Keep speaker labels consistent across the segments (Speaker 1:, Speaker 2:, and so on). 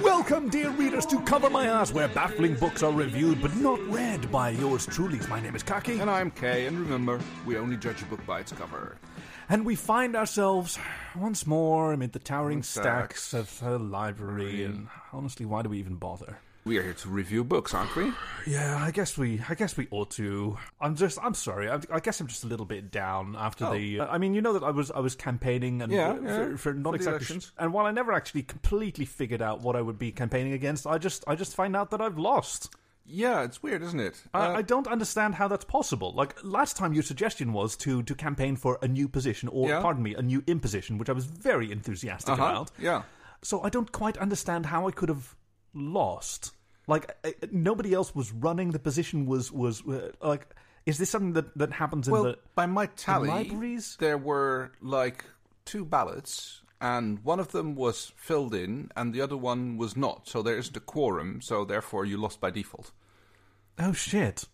Speaker 1: Welcome, dear readers, to Cover My Ass, where baffling books are reviewed but not read by yours truly. My name is Kaki,
Speaker 2: And I'm Kay, and remember, we only judge a book by its cover.
Speaker 1: and we find ourselves once more amid the towering
Speaker 2: Stacks.
Speaker 1: stacks of the library. And honestly, why do we even bother?
Speaker 2: We are here to review books, aren't we?
Speaker 1: Yeah, I guess we, I guess we ought to. I'm just, I'm sorry. I, I guess I'm just a little bit down after the. uh, I mean, you know that I was, I was campaigning and
Speaker 2: Yeah,
Speaker 1: for,
Speaker 2: yeah,
Speaker 1: for not
Speaker 2: for the
Speaker 1: exactly.
Speaker 2: elections.
Speaker 1: And while I never actually completely figured out what I would be campaigning against, I just, I just find out that I've lost.
Speaker 2: Yeah, it's weird, isn't it?
Speaker 1: I, I don't understand how that's possible. Like last time, your suggestion was to to campaign for a new position, or
Speaker 2: Yeah.
Speaker 1: pardon me, a new imposition, which I was very enthusiastic
Speaker 2: Uh-huh,
Speaker 1: about.
Speaker 2: Yeah.
Speaker 1: So I don't quite understand how I could have lost. Like I, I- nobody else was running. The position was was uh, like. Is this something that that happens in
Speaker 2: Well,
Speaker 1: the?
Speaker 2: by my tally,
Speaker 1: libraries?
Speaker 2: there were like two ballots, and one of them was filled in, and the other one was not. So there isn't a quorum, so therefore you lost by default.
Speaker 1: Oh shit.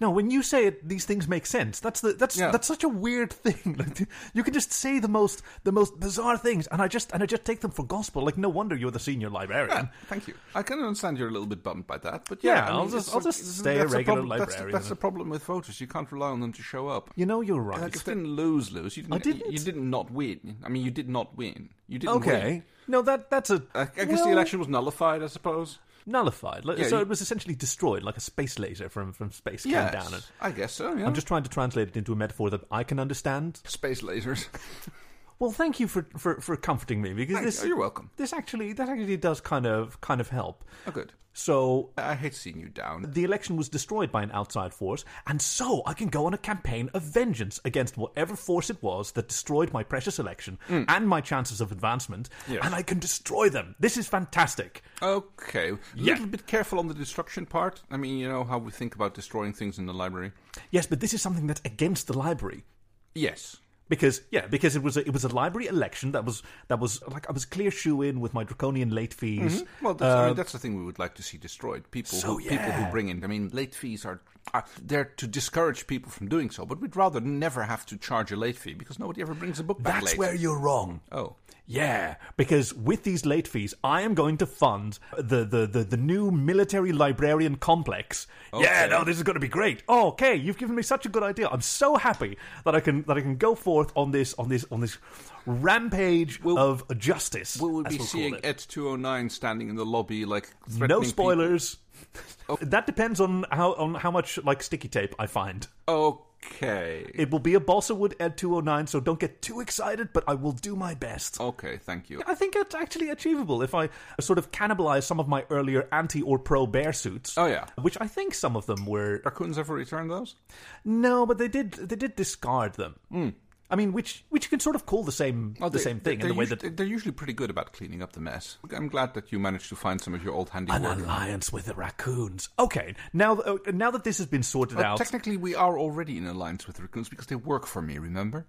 Speaker 1: No, when you say it, these things make sense. That's the that's
Speaker 2: Yeah.
Speaker 1: that's such a weird thing. Like, you can just say the most the most bizarre things, and I just and I just take them for gospel. Like, no wonder you're the senior librarian.
Speaker 2: Yeah, thank you. I can understand you're a little bit bummed by that, but
Speaker 1: Yeah,
Speaker 2: yeah, I
Speaker 1: I'll
Speaker 2: mean,
Speaker 1: just-
Speaker 2: it's
Speaker 1: I'll
Speaker 2: a-
Speaker 1: just
Speaker 2: it's-
Speaker 1: stay a
Speaker 2: that's the
Speaker 1: regular
Speaker 2: problem- that's the-
Speaker 1: librarian
Speaker 2: That's
Speaker 1: and-
Speaker 2: the problem with voters; you can't rely on them to show up.
Speaker 1: You know, you're right.
Speaker 2: Like, if they didn't lose, lose. You didn't,
Speaker 1: I didn't.
Speaker 2: You didn't not win. I mean, you did not win. You didn't
Speaker 1: okay.
Speaker 2: win.
Speaker 1: No, that that's a.
Speaker 2: I, I guess
Speaker 1: well,
Speaker 2: the election was nullified, I suppose.
Speaker 1: nullified. Like,
Speaker 2: Yeah,
Speaker 1: so
Speaker 2: you-
Speaker 1: it was essentially destroyed, like a space laser from from space
Speaker 2: Yes,
Speaker 1: came down. And
Speaker 2: I guess so. Yeah.
Speaker 1: I'm just trying to translate it into a metaphor that I can understand.
Speaker 2: space lasers.
Speaker 1: Well, thank you for for, for comforting me because
Speaker 2: Thank
Speaker 1: this
Speaker 2: you. Oh, You're welcome.
Speaker 1: this actually that actually does kind of kind of help.
Speaker 2: Oh, good.
Speaker 1: So
Speaker 2: I I hate seeing you down.
Speaker 1: the election was destroyed by an outside force, and so I can go on a campaign of vengeance against whatever force it was that destroyed my precious election
Speaker 2: Mm.
Speaker 1: and my chances of advancement,
Speaker 2: Yes.
Speaker 1: and I can destroy them. This is fantastic.
Speaker 2: Okay, a
Speaker 1: Yeah.
Speaker 2: little bit careful on the destruction part. I mean, you know how we think about destroying things in the library.
Speaker 1: Yes, but this is something that's against the library.
Speaker 2: Yes.
Speaker 1: Because yeah, because it was a, it was a library election that was that was like I was clear shoe in with my draconian late fees.
Speaker 2: Well, that's,
Speaker 1: Uh,
Speaker 2: I mean, that's the thing we would like to see destroyed. People,
Speaker 1: so,
Speaker 2: who, people
Speaker 1: yeah.
Speaker 2: who bring in. I mean, late fees are, are there to discourage people from doing so, but we'd rather never have to charge a late fee because nobody ever brings a book back
Speaker 1: That's
Speaker 2: late.
Speaker 1: where you're wrong.
Speaker 2: Oh,
Speaker 1: Yeah, because with these late fees, I am going to fund the the, the, the new military librarian complex. Yeah,
Speaker 2: Okay.
Speaker 1: no, this is going to be great. Oh, okay, you've given me such a good idea. I'm so happy that I can that I can go forth on this on this on this rampage of justice.
Speaker 2: we will
Speaker 1: as we'll
Speaker 2: be
Speaker 1: call
Speaker 2: seeing
Speaker 1: it.
Speaker 2: Ed 209 standing in the lobby, like threatening
Speaker 1: no
Speaker 2: people.
Speaker 1: spoilers.
Speaker 2: Oh.
Speaker 1: That depends on how on how much like sticky tape I find.
Speaker 2: Okay,
Speaker 1: It will be a balsa wood at 209, so don't get too excited, but I will do my best.
Speaker 2: okay, thank you.
Speaker 1: I think it's actually achievable if I sort of cannibalize some of my earlier anti or pro bear suits.
Speaker 2: Oh, yeah.
Speaker 1: which I think some of them were.
Speaker 2: Raccoons ever return those?
Speaker 1: No, but they did they did discard them. I mean, which which you can sort of call the same the
Speaker 2: Hmm. Oh, they-
Speaker 1: same thing in
Speaker 2: they're
Speaker 1: the way
Speaker 2: usu-
Speaker 1: that
Speaker 2: they're usually pretty good about cleaning up the mess. I'm glad that you managed to find some of your old
Speaker 1: an
Speaker 2: handiwork.
Speaker 1: alliance with the raccoons. Okay, now th- uh, now that this has been sorted
Speaker 2: But
Speaker 1: out,
Speaker 2: technically, we are already in alliance with raccoons because they work for me. Remember?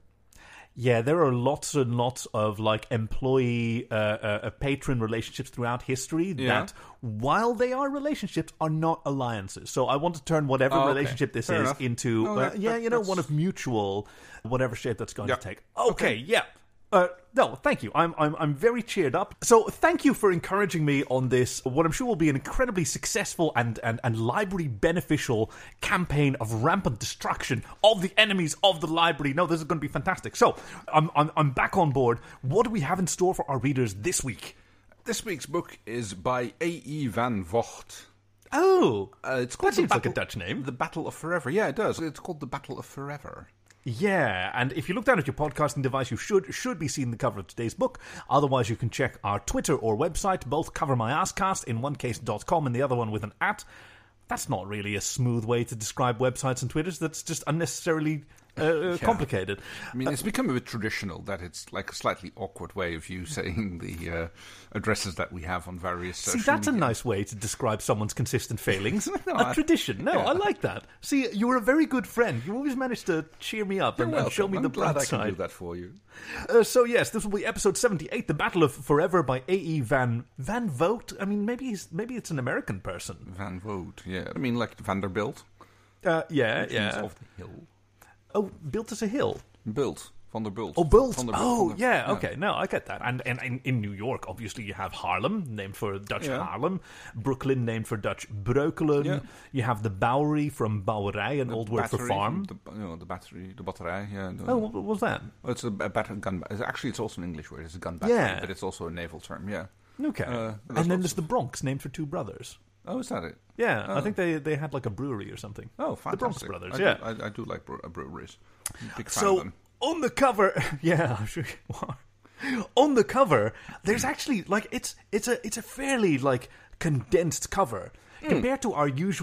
Speaker 1: yeah, there are lots and lots of like employee uh, uh, uh, patron relationships throughout history
Speaker 2: Yeah.
Speaker 1: that, while they are relationships, are not alliances. So I want to turn whatever
Speaker 2: Oh, okay.
Speaker 1: relationship this
Speaker 2: Fair
Speaker 1: is
Speaker 2: enough.
Speaker 1: into,
Speaker 2: No,
Speaker 1: uh,
Speaker 2: that-
Speaker 1: yeah,
Speaker 2: that-
Speaker 1: you know,
Speaker 2: that's-
Speaker 1: one of mutual, whatever shape that's going
Speaker 2: Yeah.
Speaker 1: to take. Okay, yeah. Uh, no, thank you. I'm, I'm I'm very cheered up. So thank you for encouraging me on this. What I'm sure will be an incredibly successful and and, and library beneficial campaign of rampant destruction of the enemies of the library. No, this is going to be fantastic. So I'm I'm, I'm back on board. What do we have in store for our readers this week?
Speaker 2: This week's book is by A.E. van Vocht.
Speaker 1: Oh,
Speaker 2: Uh, it's
Speaker 1: that
Speaker 2: called
Speaker 1: seems
Speaker 2: the
Speaker 1: like a
Speaker 2: Battle-
Speaker 1: Dutch name.
Speaker 2: The Battle of Forever. Yeah, it does. It's called The Battle of Forever.
Speaker 1: Yeah, and if you look down at your podcasting device, you should should be seeing the cover of today's book. Otherwise, you can check our Twitter or website, both cover my asscast in one case dot com and the other one with an at. That's not really a smooth way to describe websites and Twitters. That's just unnecessarily uh, uh complicated.
Speaker 2: I mean, it's become a bit traditional that it's like a slightly awkward way of you saying the uh, addresses that we have on various
Speaker 1: See,
Speaker 2: social
Speaker 1: that's a
Speaker 2: media.
Speaker 1: nice way to describe someone's consistent failings.
Speaker 2: No,
Speaker 1: a
Speaker 2: I-
Speaker 1: tradition. No,
Speaker 2: yeah.
Speaker 1: I like that. See, you were a very good friend. You always managed to cheer me up and,
Speaker 2: Welcome.
Speaker 1: and show me
Speaker 2: I'm
Speaker 1: the
Speaker 2: glad
Speaker 1: bright
Speaker 2: I can
Speaker 1: side.
Speaker 2: do that for you.
Speaker 1: Uh, so yes, this will be episode seventy-eight, "The Battle of Forever" by A.E. Van Van Vogt. I mean, maybe he's maybe it's an American person.
Speaker 2: Van Vogt, yeah. I mean, like Vanderbilt.
Speaker 1: Uh, yeah,
Speaker 2: He's Of the hill.
Speaker 1: Oh, built as a hill.
Speaker 2: Built. Van der Bult.
Speaker 1: Oh, Bult.
Speaker 2: Van der Bult,
Speaker 1: oh,
Speaker 2: Van der-
Speaker 1: yeah. Okay, no, I get that. And, and in, in New York, obviously, you have Harlem, named for Dutch
Speaker 2: Yeah.
Speaker 1: Harlem. Brooklyn, named for Dutch Breukelen.
Speaker 2: Yeah.
Speaker 1: You have the Bowery from Bowerij, an old word for
Speaker 2: Battery,
Speaker 1: farm.
Speaker 2: The, you know, the battery, the batterij. Yeah. the-
Speaker 1: Oh, what what was that?
Speaker 2: Well, it's a, a batter, gun. ba- it's- Actually, it's also an English word. It's a gun battery,
Speaker 1: Yeah.
Speaker 2: but it's also a naval term. Yeah.
Speaker 1: Okay.
Speaker 2: Uh, there's
Speaker 1: and then
Speaker 2: lots
Speaker 1: there's the Bronx, named for two brothers.
Speaker 2: Oh, is that it?
Speaker 1: Yeah, I think they, they had like a brewery or something.
Speaker 2: Uh. Oh, fantastic.
Speaker 1: The Bronx Brothers,
Speaker 2: I
Speaker 1: yeah.
Speaker 2: Do, I, I do like bre- breweries. Big fan of
Speaker 1: so
Speaker 2: them.
Speaker 1: on the cover, yeah, I'm sure you are. On the cover, there's
Speaker 2: Hmm.
Speaker 1: actually like it's it's a it's a fairly like condensed cover compared to our usual